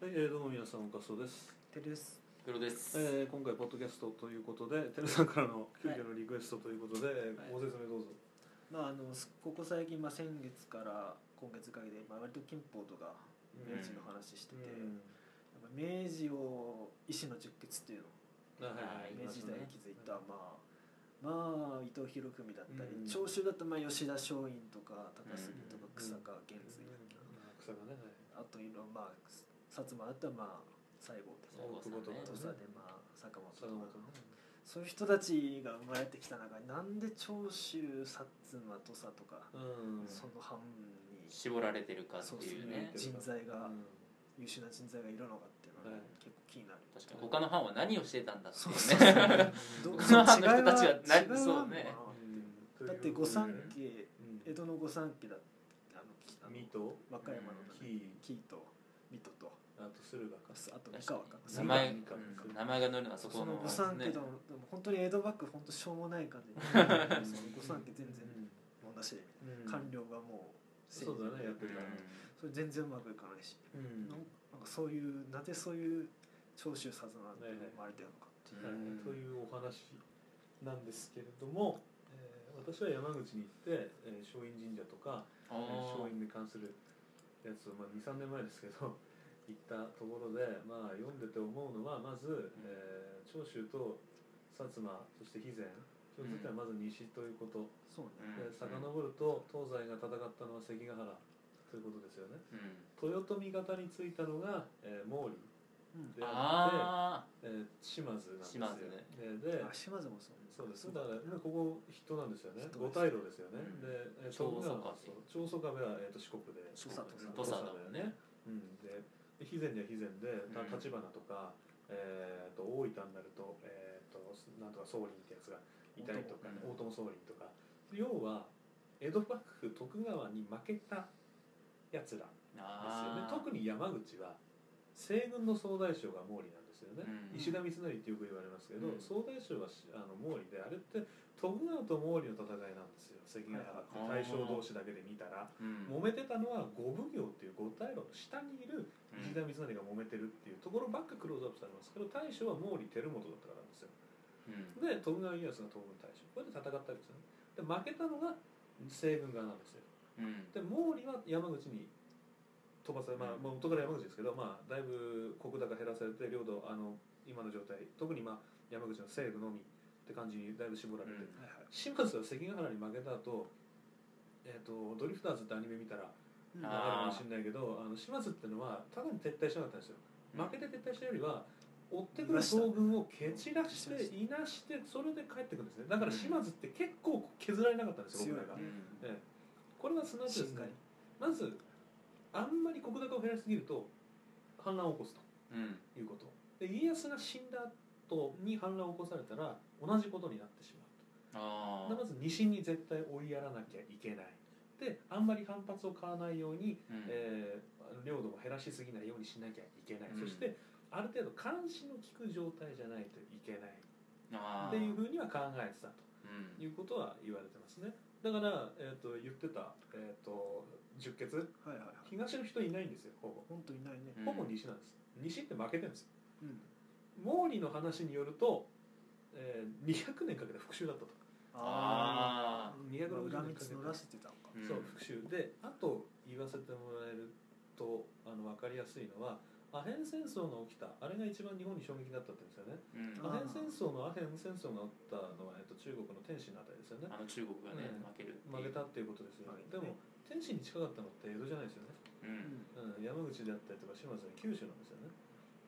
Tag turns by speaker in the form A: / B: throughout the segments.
A: はい、えー、どうも皆さんおかそうです、
B: てです。
C: 黒です、
A: えー、今回ポッドキャストということでてるさんからの急遽のリクエストということで、えー
B: はい
A: ご説明どうぞ
B: まああのすここ最近まあ先月から今月にかけてまあ割と憲法とか明治の話してて、
A: うん
B: やっぱ明治を医師の十血っていうの
A: あはいはい
B: 明
C: ありま
B: 治
C: す
B: 時
C: ね
B: 代に築いた、まあまあ伊藤博文だったり、
A: うん
B: 長州だったらまあ吉田松陰とか高杉とか
A: うん
B: 草加源瑞、
A: うん草がね、
B: あというのはまあす薩摩だったらまあ西郷と
C: そう
B: か
C: で
A: 大
C: す
A: 久保とか
C: ね
A: ね
B: 土佐でまあ坂本と
A: 坂本ね
B: か。そういう人たちが生まれてきた中になんで長州薩摩土佐とか、
A: うん
B: その半に
C: 絞られてるかっ
B: そう
C: て
B: です
C: いう
B: ね
C: ね
B: 人材が、
A: うん
B: 優秀な人材がいるのかっていうのは、
A: はい
B: 結構気になる
C: 確かに他の班は何をしてたんだって
B: そう
C: い
B: そううそうど
C: ね 他の
B: そ違い
C: 人たちはな
B: 違いあんの
C: そう
B: かな
C: ね
A: うん
B: だって御三家
A: うん
B: 江戸の御三家だあのきあの
A: 水戸
B: 和歌山の
A: 紀伊
B: 紀伊と水戸と
A: あと駿河か
B: あと三
C: 確か
B: 河
C: に
B: か
C: 名前、
A: 三
C: う
A: 河
C: ん名前が載るのはそこ
B: その
C: の
B: 御三
C: ね
B: 家ともでも本当に江戸幕府本当しょうもない感じ でその御三家全然もうなしで
A: うんうん
B: 官僚がもう
A: そうだねやって
C: う
A: た
C: ん
B: それ全然うまくいかないし、
A: うん
B: なんなんかそういうなぜそういう長州薩摩って生まれてるのかっていう、
A: はいというお話なんですけれども、えー私は山口に行って、えー松陰神社とか、
C: あ
A: えー
C: ー
A: 松陰に関するやつを、まあ、23年前ですけど 行ったところで、まあ、読んでて思うのはまず、えー長州と薩摩そして肥前共通点はまず西ということ、
B: そうね、
C: うん
A: で遡ると東西が戦ったのは関ヶ原ということですよね
C: うん
A: 豊臣方についたのが、えー毛利
B: うん、
A: であって、
C: あ
A: えー島津なんですよ
C: 島津ね
A: でで
B: あ島津もそう
A: そうです。
B: だ
A: だから、ここ人なんですよね。
B: 人
A: 五大路ですよね。
C: うん
A: で、えー、
C: 長宗我
A: 徳川そう長宗我部は、えー、と四国で。
B: 土佐と
C: ー
B: か
C: 土佐だもんね。
A: うん、で、で肥前には肥前で、た
C: うん
A: 立花とか、えー、と大分になると、えー、となんとか宗麟ってやつがいたりとか、
C: 大
A: 大友宗麟とか。要は、江戸幕府徳川に負けたやつらですよね
C: あ。ー
A: 特に山口は西軍の総大将が毛利なんですよね、
C: うん
A: 石田三成ってよく言われますけど、
C: うん
A: 総大将はしあの毛利であれって徳川と毛利の戦いなんですよ関ヶ
C: は
A: 原
C: い
A: って大将同士だけで見たら
C: うん
A: 揉めてたのは五奉行っていう五大路の下にいる
C: うん
A: 石田三成が揉めてるっていうところばっかクローズアップされますけど大将は毛利輝元だったからなんですよ
C: うん
A: で徳川家康が東軍大将これで戦ったわけですよねで負けたのが西軍側なんですよ
C: うん
A: で毛利は山口に飛ばされ、まあ、
C: う
A: まあ
C: ん
A: 元から山口ですけど、まあ、だいぶ国高減らされて領土あの今の状態特に、まあ、山口の西部のみって感じにだいぶ絞られて、
C: うん
B: はいはい
A: 島津は関ヶ原に負けた後、えー、とドリフターズってアニメ見たら
B: う
A: 流れる
B: ん
C: あ
A: かもしれないけどあの島津ってのはただに撤退しなかったんですよ負けて撤退したよりは追ってくる将軍を蹴散らしていなしてそれで帰ってくるんですねだから島津って結構削られなかったんですよ僕らが
B: 強いね
C: うん
A: ええ、これはすなわちです
B: しっか
A: ね
B: り
A: まずあんまり国高を減らしすぎると反乱を起こす
C: うん
A: ということで家康が死んだ後に反乱を起こされたら同じことになってしま
C: あ
A: うとでまず西に絶対追いやらなきゃいけないであんまり反発を買わないように、
C: ーうん
A: えー領土も減らしすぎないようにしなきゃいけない、
C: うん
A: そしてある程度監視の効く状態じゃないといけない
C: あ
A: っ
C: ー
A: ていうふうには考えてたと。
C: うん
A: いうことは言われてますねだから、えー、と言ってた、えー、と十血
B: はいはいはい
A: 東の人いないんですよほぼ
B: 本当いないね
C: うん
A: ほぼ西なんです、西って負けてるんですよ
B: うん
A: 毛利の話によると、えー、200年かけて復讐だったと
B: あ
C: あー
A: 260
B: ー裏
A: 年かけ
B: 道
A: て、
B: 乗らせてたのか
C: うん
A: そう復讐であと言わせてもらえるとあの分かりやすいのはアヘン戦争が起きたあれが一番日本に衝撃だったって言うんですよね
C: うん
B: あ
A: アヘン戦争のアヘン戦争が起きたのは、えー、と中国の天津のあたりですよね
C: あの中国がね
A: うん
C: 負けるっていう
A: 負けたっていうことですよ、
B: 負け
A: で
B: たね
A: も天津に近かったのって江戸じゃないですよね、
B: うん
C: う
A: う
B: ん
A: ん、山口であったりとか島津は九州なんですよね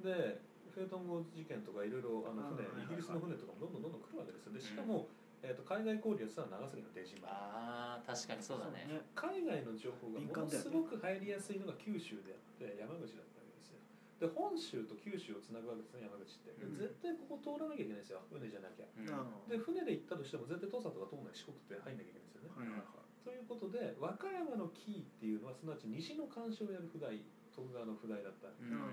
A: でフェートン号事件とかいろいろあの船
B: あーは
A: イギ
B: いはいはい
A: リスの船とかもどんどんどんどん来るわけですよでしかも、えー、と海外交流は長崎の出島
C: あー確かにそうだね
A: 海外の情報が
B: 敏
A: も
B: 感
A: の
B: だよ
A: す
B: ね
A: ごく入りやすいのが九州であって山口だったわけですよで本州と九州をつなぐわけですね山口ってで
C: うん
A: 絶対ここ通らなきゃいけないですよ船じゃなきゃ
C: うん
B: あ
A: で
B: ー
A: 船で行ったとしても絶対土佐とか東南四国って入んなきゃいけないですよね
B: はいはいはい
A: ということで和歌山の紀伊っていうのはすなわち西の干渉をやる不代徳川の不代だった
C: う
B: うんん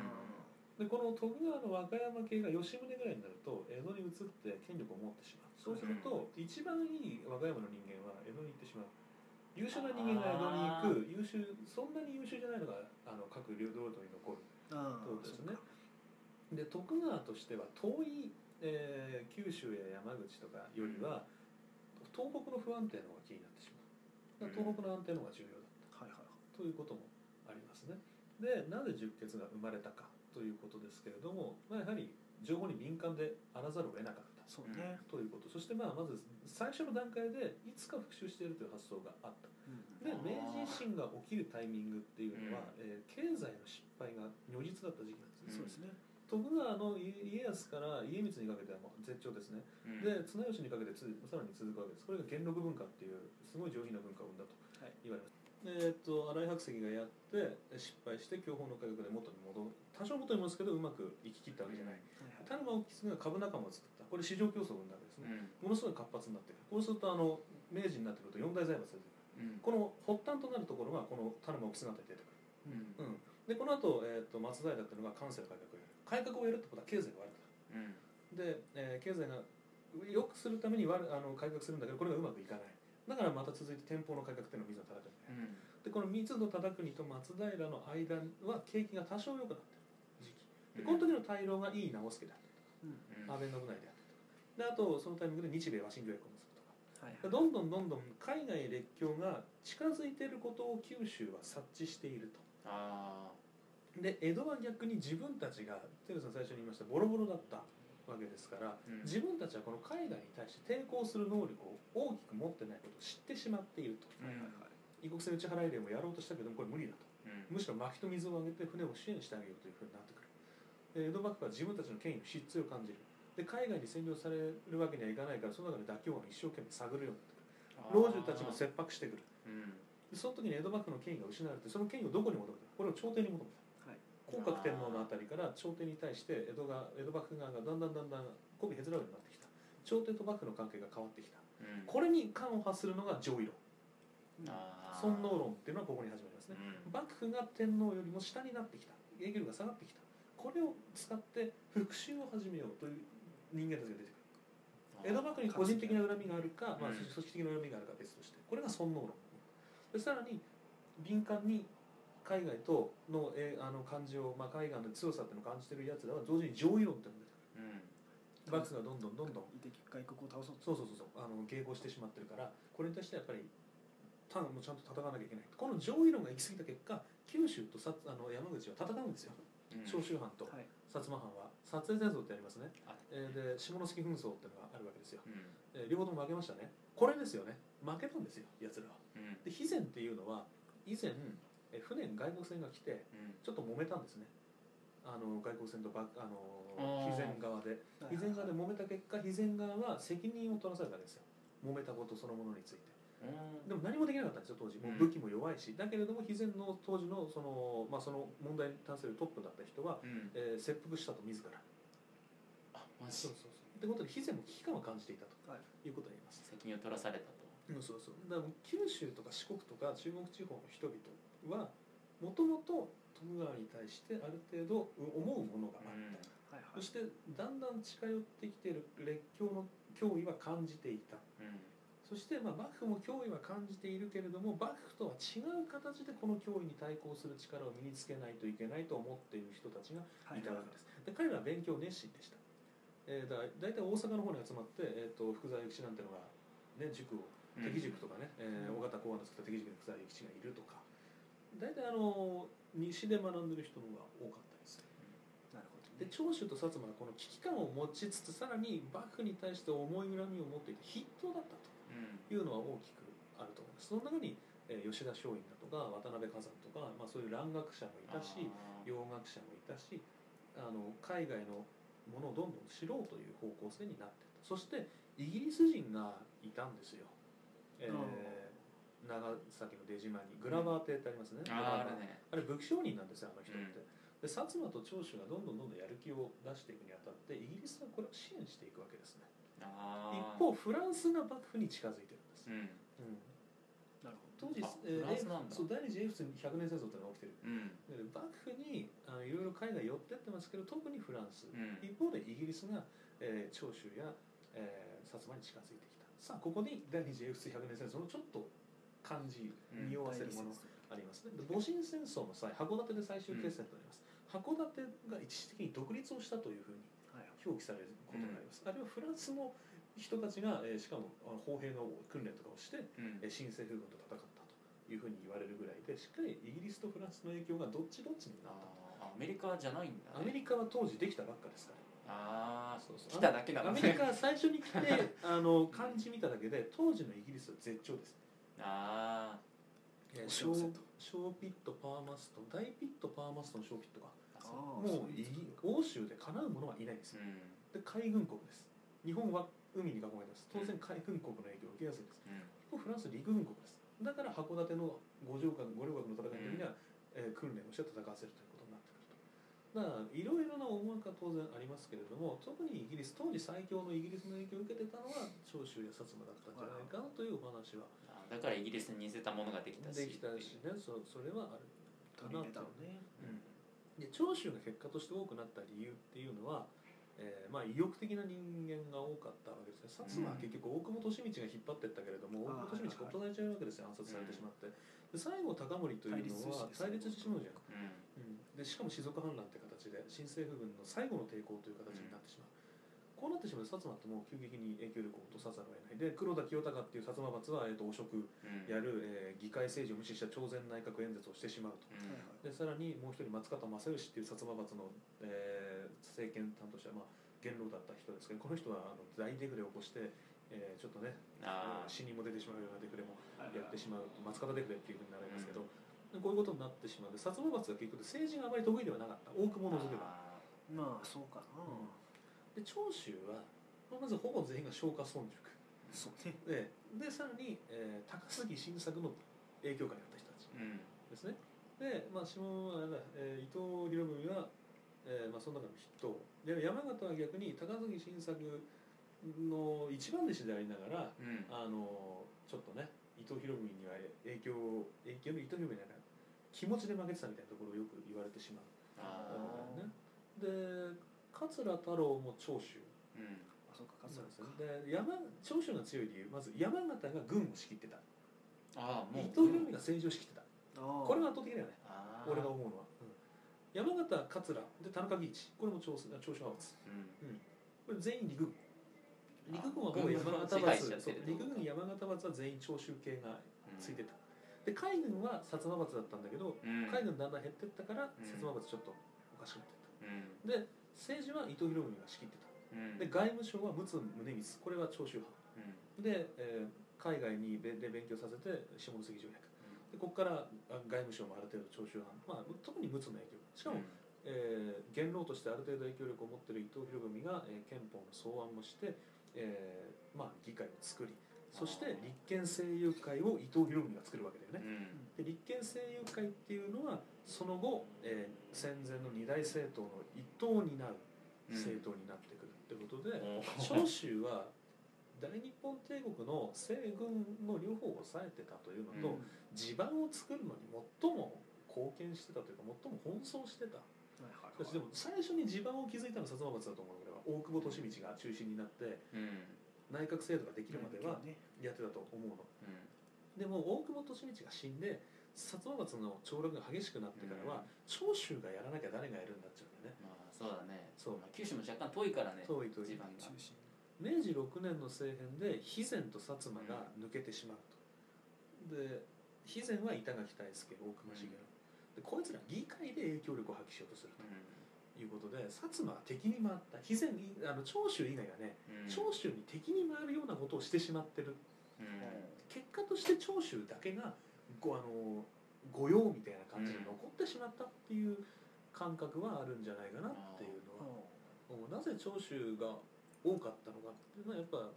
A: でこの徳川の和歌山系が吉宗ぐらいになると江戸に移って権力を持ってしまうそうすると一番いい和歌山の人間は江戸に行ってしまう優秀な人間が江戸に行く優秀そんなに優秀じゃないのがあの各領土に残る
B: あああ
A: ということですね。で徳川としては遠い、えー九州や山口とかよりは、東北の不安定の方が気になってしまうだから東北の安定の方が重要だ
B: はいはい
A: ということもありますね。でなぜ十血が生まれたかということですけれども、まあ、やはり情報に敏感であらざるを得なかった
B: そうね、
A: ということそしてまあまず最初の段階でいつか復讐しているという発想があった。
B: うん
A: で
C: あー
A: 明治維新が起きるタイミングっていうのは、えー経済の失敗が如実だった時期なんですね。
B: そうですね、
A: 徳川の家康から家光にかけてはもう絶頂ですね、
C: うん
A: で綱吉にかけてつさらに続くわけですこれが元禄文化っていうすごい上品な文化を生んだと
B: はい
A: 言われます、えーっと新井白石がやって失敗して享保の改革で元に戻る多少元に戻すけどうまく行き切ったわけじゃない、
B: はい
A: 田沼意次が株仲間を作ったこれ市場競争を生んだわけです
C: う
A: ね、
C: ん
A: ものすごい活発になってくるこうするとあの明治になってくると四大財閥が出てくる
C: うん
A: この発端となるところがこの田沼意次が出てくる
C: うん
A: うん、でこの後、えー、と松平だったのが関西の改革をやる改革をやるってことは経済が悪く
C: うん
A: なるで、えー経済が良くするために悪あの改革するんだけどこれがうまくいかないだからまた続いて天保の改革っていうのを水野忠邦がやる
C: うん
A: でこの水野忠邦と松平の間は景気が多少良くなってる時期でこの時の大老がいい直輔であった
B: うん
C: うん
A: 安倍信成であったとかであとそのタイミングで日米和親条約を結ぶとか
B: はいはい
A: どんどんどんどん海外列強が近づいていることを九州は察知していると。
C: あ
A: で江戸は逆に自分たちがテルさん最初に言いましたボロボロだったわけですから
C: ーうん
A: 自分たちはこの海外に対して抵抗する能力を大きく持ってないことを知ってしまっていると
C: う
B: は
C: ん
B: いはいはい
A: 異国船打ち払い例もやろうとしたけどもこれ無理だと
C: うん
A: むしろ薪と水をあげて船を支援してあげようというふうになってくるで江戸幕府は自分たちの権威の失墜を感じるで海外に占領されるわけにはいかないからその中で妥協案を一生懸命探るようになってくる老中たちも切迫してくる
C: うん
A: でその時に江戸幕府の権威が失われてその権威をどこに求めたこれを朝廷に求めた
B: はい
A: 降格天皇のあたりから朝廷に対して江戸が江戸幕府側がだんだんだんだん媚びへつらうようになってきた朝廷と幕府の関係が変わってきた
C: うん
A: これに端を発するのが上位論
B: うん
C: あー
A: 尊王論っていうのはここに始まりますね
C: うん
A: 幕府が天皇よりも下になってきた影響力が下がってきたこれを使って復讐を始めようという人間たちが出てくる江戸幕府に個人的な恨みがあるか、まあ、
C: うん
A: 組織的な恨みがあるかは別としてこれが尊王論でさらに敏感に海外との,、えーあの感情、まあ、海外の強さっていうのを感じてるやつらは同時に上位論っていうのが
C: うん
A: 出てくる幕府がどんどんどんどん
B: いて外国を倒そうと
A: そうそうそうそうあの迎合してしまってるからこれに対してやっぱり他もちゃんと戦わなきゃいけないこの上位論が行き過ぎた結果九州と薩あの山口は戦うんですよ
C: うん
A: 長州藩と
B: はい
A: 薩摩藩は薩英戦争ってありますね
C: あ、
A: えーで下関紛争っていうのがあるわけですよ、
C: うん
A: えー両方とも負けましたねこれですよね負けたんですよやつらは
C: うん
A: で肥前っていうのは以前、えー船外国船が来て
C: うん
A: ちょっと揉めたんですねあの外国船とばあ
C: あ
A: の
C: ー
A: 肥前側で
B: は
A: 肥
B: い
A: 前側で揉めた結果肥前側は責任を取らされたんですよ揉めたことそのものについて
C: うん
A: でも何もできなかったんですよ当時もう武
C: うん
A: 器も弱いし、だけれども肥前の当時のその,、まあ、その問題に関するトップだった人は、
C: うん
A: えー切腹したと自ら
C: あマジ
A: そうそうそうってことで肥前も危機感を感じていたと
B: はい
A: いうことになります、
C: 責任を取らされたと
A: うん、そうそうだからもう九州とか四国とか中国地方の人々はもともと徳川に対してある程度う思うものがある、
C: うん
B: はいは
A: そ
B: い
A: してだんだん近寄ってきている列強の脅威は感じていた
C: うん
A: そしてまあ幕府も脅威は感じているけれども幕府とは違う形でこの脅威に対抗する力を身につけないといけないと思っている人たちが
B: はい
A: たわ
B: い
A: けです。で彼らは勉強熱心でした。えー、だ大体大阪の方に集まって、えー、と福沢諭吉なんてのが、ね、塾を
C: うん
A: 敵塾とかね、えー
B: うん
A: 尾形公安の作った敵塾に福沢諭吉がいるとか大体あの西で学んでる人の方が多かったです。
B: なるほど
A: で長州と薩摩はこの危機感を持ちつつさらに幕府に対して重い恨みを持っていた筆頭だったと。
C: うん
A: いうのは大きくあると思いますその中に、えー吉田松陰だとか渡辺崋山とか、まあ、そういう蘭学者もいたし
C: あー
A: 洋学者もいたしあの海外のものをどんどん知ろうという方向性になっていったそしてイギリス人がいたんですよ、えー
B: あ
A: 長崎の出島にグラバー邸ってありますね、グラバ
C: あ
A: ー邸あ
C: ーあるね
A: れ武器商人なんですよあの人って、
C: うん
A: で薩摩と長州がどんどんどんどんやる気を出していくにあたってイギリスはこれを支援していくわけですね一
C: あー
A: 方フランスが幕府に近づいてるんです
C: う、ん
A: うん
B: なる
A: 当時
C: あ、
A: えー
C: フランスなんだ
A: そう第二次英仏100年戦争ってのが起きてる
C: う
A: で
C: ん
A: 幕府にあのいろいろ海外寄ってってますけど特にフランス、
C: うん
A: 一方でイギリスが、えー長州や、えー薩摩に近づいてきたさあここに第二次英仏100年戦争のちょっと感じ
C: うん
A: 匂
B: ほ
A: わ
B: ど
A: せるものがありますねで戊辰戦争もさ函館で最終決戦となります、函館が一時的に独立をしたというふうに
B: はい
A: 表記されることになります、あるいはフランスの人たちが、えーしかもあの砲兵の訓練とかをして、
C: うん
A: えー新政府軍と戦ったというふうに言われるぐらいでしっかりイギリスとフランスの影響がどっちどっちにな
C: あ
A: ったと
C: ーアメリカじゃないんだ
A: アメリ
C: ね
A: カは当時できたばっかですから
C: ああ
A: そうそう
C: 来ただけな
A: ア
C: の
A: メリ
C: ね
A: カは最初に来て あの漢字見ただけで当時のイギリスは絶頂です
C: あ
B: えー
A: 小小ピットパーマスト大ピットパーマストの小ピットが
C: ー
B: あ
C: あ
B: ー
C: そ
A: もうイギ欧州でかなう者はいないんです
C: う
A: よ
C: う
A: で
C: ん
A: 海軍国です日本は海に囲まれてます当然海軍国の影響を受けやすいです
C: うん
A: 一方フランスは陸軍国ですだから函館の五条間五稜郭の戦いの時には、えー訓練をして戦わせるということになってくるとだからいろいろな思惑が当然ありますけれども特にイギリス当時最強のイギリスの影響を受けてたのは長州や薩摩だったんじゃないかなというお話は
C: あーだからイギリスに似せたものができた
A: で
C: し
A: きたしねそそれはある
B: 取り入れたのね
C: うん
A: で長州が結果として多くなった理由っていうのは、えーまあ、意欲的な人間が多かったわけですね薩摩は結局大久保利通が引っ張ってったけれども、
B: あー
A: 大久保利通殺
B: はい
A: されちゃうわけですよ暗殺されてしまって、で最後高森というのは対
B: 対
A: 立
B: 立
A: してし
B: してし
A: まう
B: まう
A: じ
B: じ
A: ゃ
B: ゃ
A: んう
B: ん、
A: ん、でしかも士族反乱って形で新政府軍の最後の抵抗という形になってしまう、こうなってしまうと薩摩ってもう急激に影響力を落とさざるを得ないで黒田清隆っていう薩摩閥は、えー、と汚職
C: うん
A: やる、えー議会政治を無視した朝鮮内閣演説をしてしまうと。
C: うん
B: はい
A: でさらにもう一人松方正義っていう薩摩閥の、えー政権担当者、まあ、元老だった人ですけどこの人はあの大デフレを起こして、えーちょっとね
C: あー
A: 死人も出てしまうようなデフレも
B: は
A: や
B: い
A: ってしまう松方デフレっていうふうになりますけど、でこういうことになってしまうで薩摩閥は結局政治があまり得意ではなかった大久保を除けば
C: あ
B: まあそうかな、
A: うんで長州は、まあまずほぼ全員が松下村塾
C: ー
B: そうね
A: ででさらに、えー高杉晋作の影響下にあった人たち
C: うん
A: ですね。で、まあ、下あれだ、えー伊藤博文は、えーまあ、その中の筆頭で山形は逆に高杉晋作の一番弟子でありながら、
C: うん
A: あのちょっとね伊藤博文には影響を影響伊藤博文じゃない気持ちで負けてたみたいなところをよく言われてしまう、
C: あー
A: ね、で桂太郎も長州
C: うん
B: あそう
A: な
B: かか
A: ん
B: つ
A: です
B: か
A: よねで山長州が強い理由まず山形が軍を仕切ってた
C: ああもう
A: 伊藤博文が政治を仕切ってた
B: あ
A: これが圧倒的だよね
C: あー
A: 俺が思うのは、山形桂で田中義一これも長州長州派閥
C: うん
A: これ全員陸軍陸軍はもう
C: 軍
A: 山
C: の
A: 形
C: 支
A: 閥そ
C: 配しちゃって
A: う
C: るってこと
A: 陸軍山形閥は全員長州系が
C: うん
A: ついてた、で海軍は薩摩閥だったんだけど
C: うん
A: 海軍だんだん減ってったから
C: うん
A: 薩摩閥ちょっとおかしくなってったで
C: うん
A: 政治は伊藤博文が仕切ってた
C: うん
A: で外務省は陸奥宗光これは長州派
C: うん
A: で、えー海外にべで勉強させて下関条約でここからあ外務省もある程度長州派、まあ、特に陸奥の影響しかもえー元老としてある程度影響力を持っている伊藤博文が、えー憲法の草案をして、えーまあ、議会を作りそして
C: あー
A: 立憲政友会を伊藤博文が作るわけだよね。
C: うん
A: で立憲政友会っていうのはその後、えー戦前の二大政党の一党になる
C: うん
A: 政党になってくるってことで、
C: おー
A: 長州は大日本帝国の西軍の両方を抑えてたというのと、
C: うん
A: 地盤を作るのに最も貢献してたというか最も奔走してた
B: はいはい
A: しかしでも最初に地盤を築いたのは薩摩閥だと思うのでは大久保利通が中心になって
C: うん
A: 内閣制度ができるまでは
B: ね
A: やってたと思うの
C: うん
A: でも大久保利通が死んで薩摩閥の凋落が激しくなってからは長州がやらなきゃ誰がやるんだっちゃうんだよね
C: まあそうだね
A: そう
C: まあ九州も若干遠いからね
A: 遠い遠い
C: 地盤が
B: 中心
A: 明治6年の政変で肥前と薩摩が抜けてしまうとで肥前は板垣退助大隈重信でこいつら議会で影響力を発揮しようとする
C: う
A: ということで薩摩は敵に回った肥前以あの長州以外はね
C: んうん
A: 長州に敵に回るようなことをしてしまってる
C: うん
A: 結果として長州だけがごあの御用みたいな感じで残ってしまったっていう感覚はあるんじゃないかなっていうのは、もうなぜ長州が多かったのかっていうのはやっぱ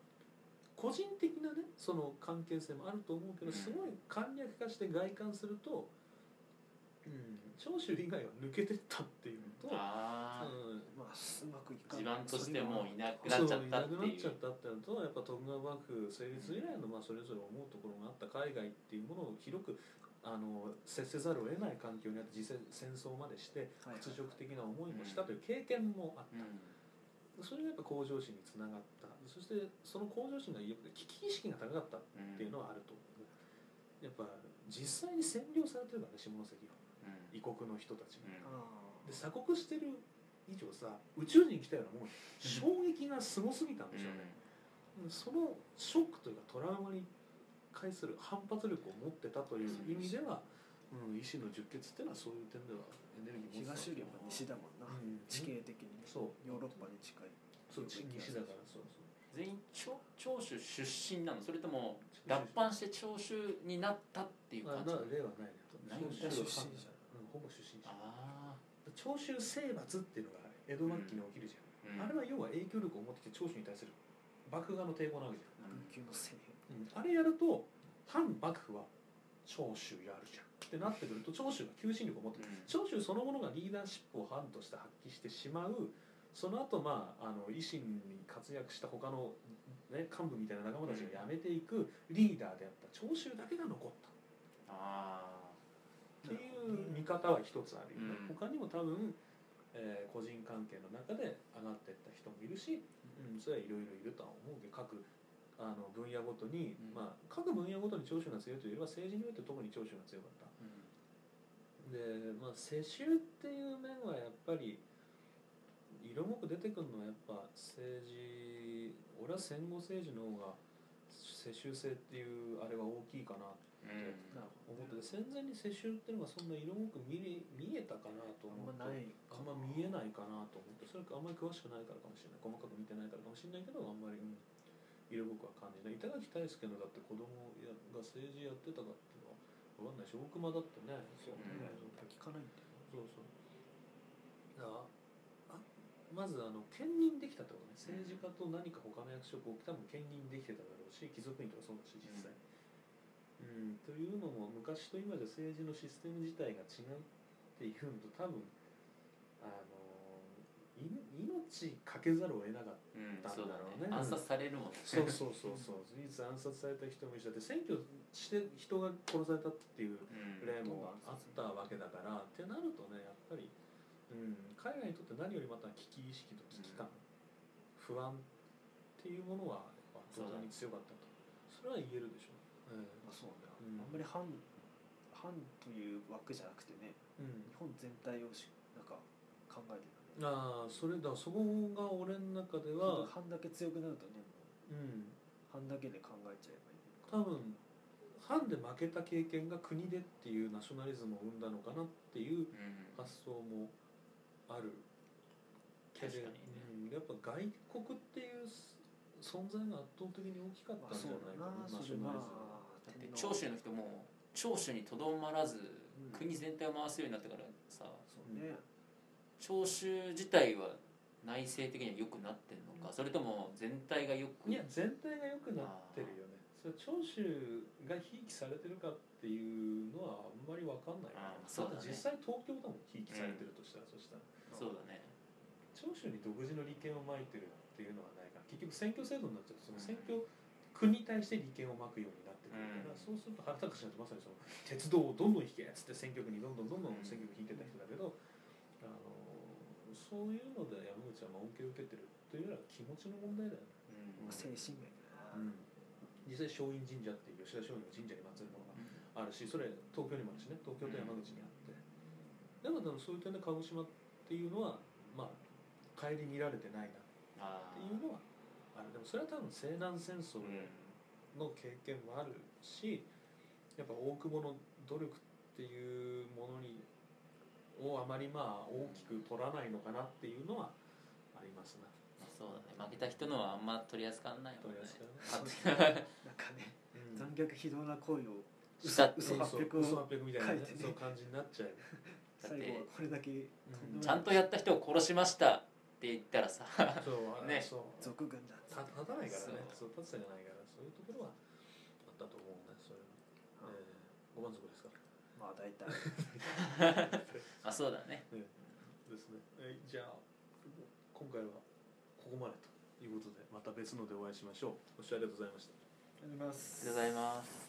A: 個人的なねその関係性もあると思うけど
C: うん
A: すごい簡略化して外観すると、うん、長州以外は抜けてったっていうのと、
C: ああ
A: うん、
B: まあうまくいか
C: 地盤としてもういなく
A: そ
C: なっ
A: う
C: ちゃったって
A: なくなっ
C: い
A: ちゃっ
C: う
A: たっていうのとやっぱ徳川幕府成立以来のまあそれぞれ思うところがあった海外っていうものを広くあの接せざるを得ない環境にあって実際戦争までして
B: はい
A: 屈辱的な思いもしたという経験もあっ
C: うん
A: たそれがやっぱ向上心につながったそしてその向上心がよく危機意識が高かったっ
C: うん
A: ていうのはあると思うやっぱ実際に占領されてるからね下関は
C: うん
A: 異国の人たちが
C: うん
B: ああ
A: で鎖国してる以上さ宇宙人来たようなもん衝撃がすごすぎたんでしょうね、そのショックというかトラウマに対する反発力を持ってたという意味では、うん、意思の十決っていうのはそういう点ではエネルギー持って
B: 東
A: た
B: よりも西だもんな、
A: うん
B: 地形的にね
A: そう
B: ヨーロッパに近い
A: そう西だからそうそう
C: 全員長長州出身なのそれとも脱藩して長州になったっていう
A: あ
C: 感じ
A: な例はないね
C: ない
A: 長州
C: んだ
A: は
B: 身
C: 出
B: 者
A: うんほぼ出身者
C: あ
A: 長州征伐っていうのが江戸末期に起きるじゃ
C: ー
A: ん、あ
C: うん
A: れは要は影響力を持ってきて長州に対する幕府側の抵抗なわけじ
C: う
B: 文
C: ん
B: 久の政変
A: ゃん、あれやると反幕府は長州やるじゃんってなってくると長州が求心力を持って長州そのものがリーダーシップを反として発揮してしまうその後、まああの維新に活躍した他の、ね、幹部みたいな仲間たちが辞めていくリーダーであった長州だけが残った
C: あ
A: っていう見方は一つあるよね、
C: うん
A: 他にも多分、えー個人関係の中で上がっていった人もいるし、うん、それはいろいろいるとは思うけど各あの分野ごとに、
C: うん
A: まあ、各分野ごとに長州が強いというよりは政治において特に長州が強かった。
C: ー
A: でまあ世襲っていう面はやっぱり色濃く出てくるのはやっぱ政治俺は戦後政治の方が世襲制っていうあれは大きいかな
C: うん
B: なるほ
A: 思っ
B: ど
A: てて戦前に世襲っていうのがそんな色濃く見れ見えたかなと思うん
B: あ
A: と
B: まない
A: あんま見えないかなと思ってそれかあんまり詳しくないからかもしれない細かく見てないからかもしれないけどあんまり、うん、色濃くは感じない板垣大輔のだって子供やが政治やってたかっていうのは分かんないし大熊だってねそううんね、
B: 聞かないんだよ
A: そうそうだからあまずあの兼任できたってことね政治家と何か他の役職を多分兼任できてただろうし貴族院とかそうだし実際、うんというのも昔と今じゃ政治のシステム自体が違うっていうのと多分あのい命かけざるを得なかった
C: うん
A: だろうね
C: そうだろうね暗殺されるもん
A: そうそうそう そう事実暗殺された人もいるしだって選挙して人が殺されたっていう
C: うん
A: 例もあったわけだからってなるとねやっぱり、うん、海外にとって何よりまた危機意識と危機感、不安っていうものはやっぱ圧倒的に強かったとそれは言えるでしょう、うん
B: まあそうね、
A: うん
B: あんまり反反という枠じゃなくてね
A: うん
B: 日本全体をしなんか考えてるよね
A: ああそれだそこが俺の中では、
B: 反だけ強くなるとねも
A: うん、
B: う反だけで考えちゃえばいい
A: 多分藩で負けた経験が国でっていうナショナリズムを生んだのかなっていう
C: うん
A: 発想もあるけれ
C: 確か
A: うん、やっぱ外国っていう存在が圧倒的に大きかったんじゃないかなナショナリズム
C: だって長州の人も長州にとどまらず
B: ん
C: 国全体を回すようになってからさ
B: そうね、
C: 長州自体は内政的には良くなってんのかそれとも全体が良く
A: いや全体が良くなってるよねそれ長州がひいきされてるかっていうのはあんまり分かんない
C: あ
A: かな
C: ーそうだ
A: って
C: ね
A: 実際東京だもんひいきされてるとしたら、そしたら
C: そうだね
A: 長州に独自の利権をまいてるっていうのはないから結局選挙制度になっちゃうとその選挙国に対して利権をまくようになってくるから、
C: うん
A: そうすると原田氏なんてまさにその鉄道をどんどん引けっつって選挙区にどんどんどんどん選挙区引いてた人だけど、あのそういうので山口はまあ恩恵を受けてるというよりは気持ちの問題だよね。
C: う
B: まあ
C: ん
B: 精神面だ
A: う
B: よ
A: ん
B: ね、
A: 実際松陰神社っていう吉田松陰の神社に祀るものがあるしそれ東京にもあるしね東京と山口にあって、だから多分そういう点で鹿児島っていうのはまあ帰り見られてないなっ
C: あ
A: ていうのはあるでもそれは多分西南戦
C: ー
A: 争の経験もあるしやっぱ大久保の努力っていうものにをあまりまあ大きく取らないのかなっていうのはありますな、
C: まあそうだね負けた人のはあんま取り扱わないもんね
A: 取り扱わない
C: 勝手に
B: なんかね
A: うん
B: 残虐非道な行為を
C: したって
B: 嘘
A: そう
B: 800
A: そう嘘800みたいな、ね
B: 書いて
A: そ
B: ね
A: う感じになっちゃう
C: だっ
B: 最
C: て
B: 後はこれだけとでもない
C: ちゃんとやった人を殺しましたって言った らさ
A: そうあ
C: ね
A: そう
B: 俗軍だった
A: た立たないからねそ
C: そ
A: う立つ瀬がないからそういうところはあったと思うねそれは、えー、ご満足ですか
B: まあ大体
C: あそうだね
A: ですね、えーじゃあ今回はここまでということでまた別のでお会いしましょうご視聴ありがとうございました
B: あります
C: ありがとうございます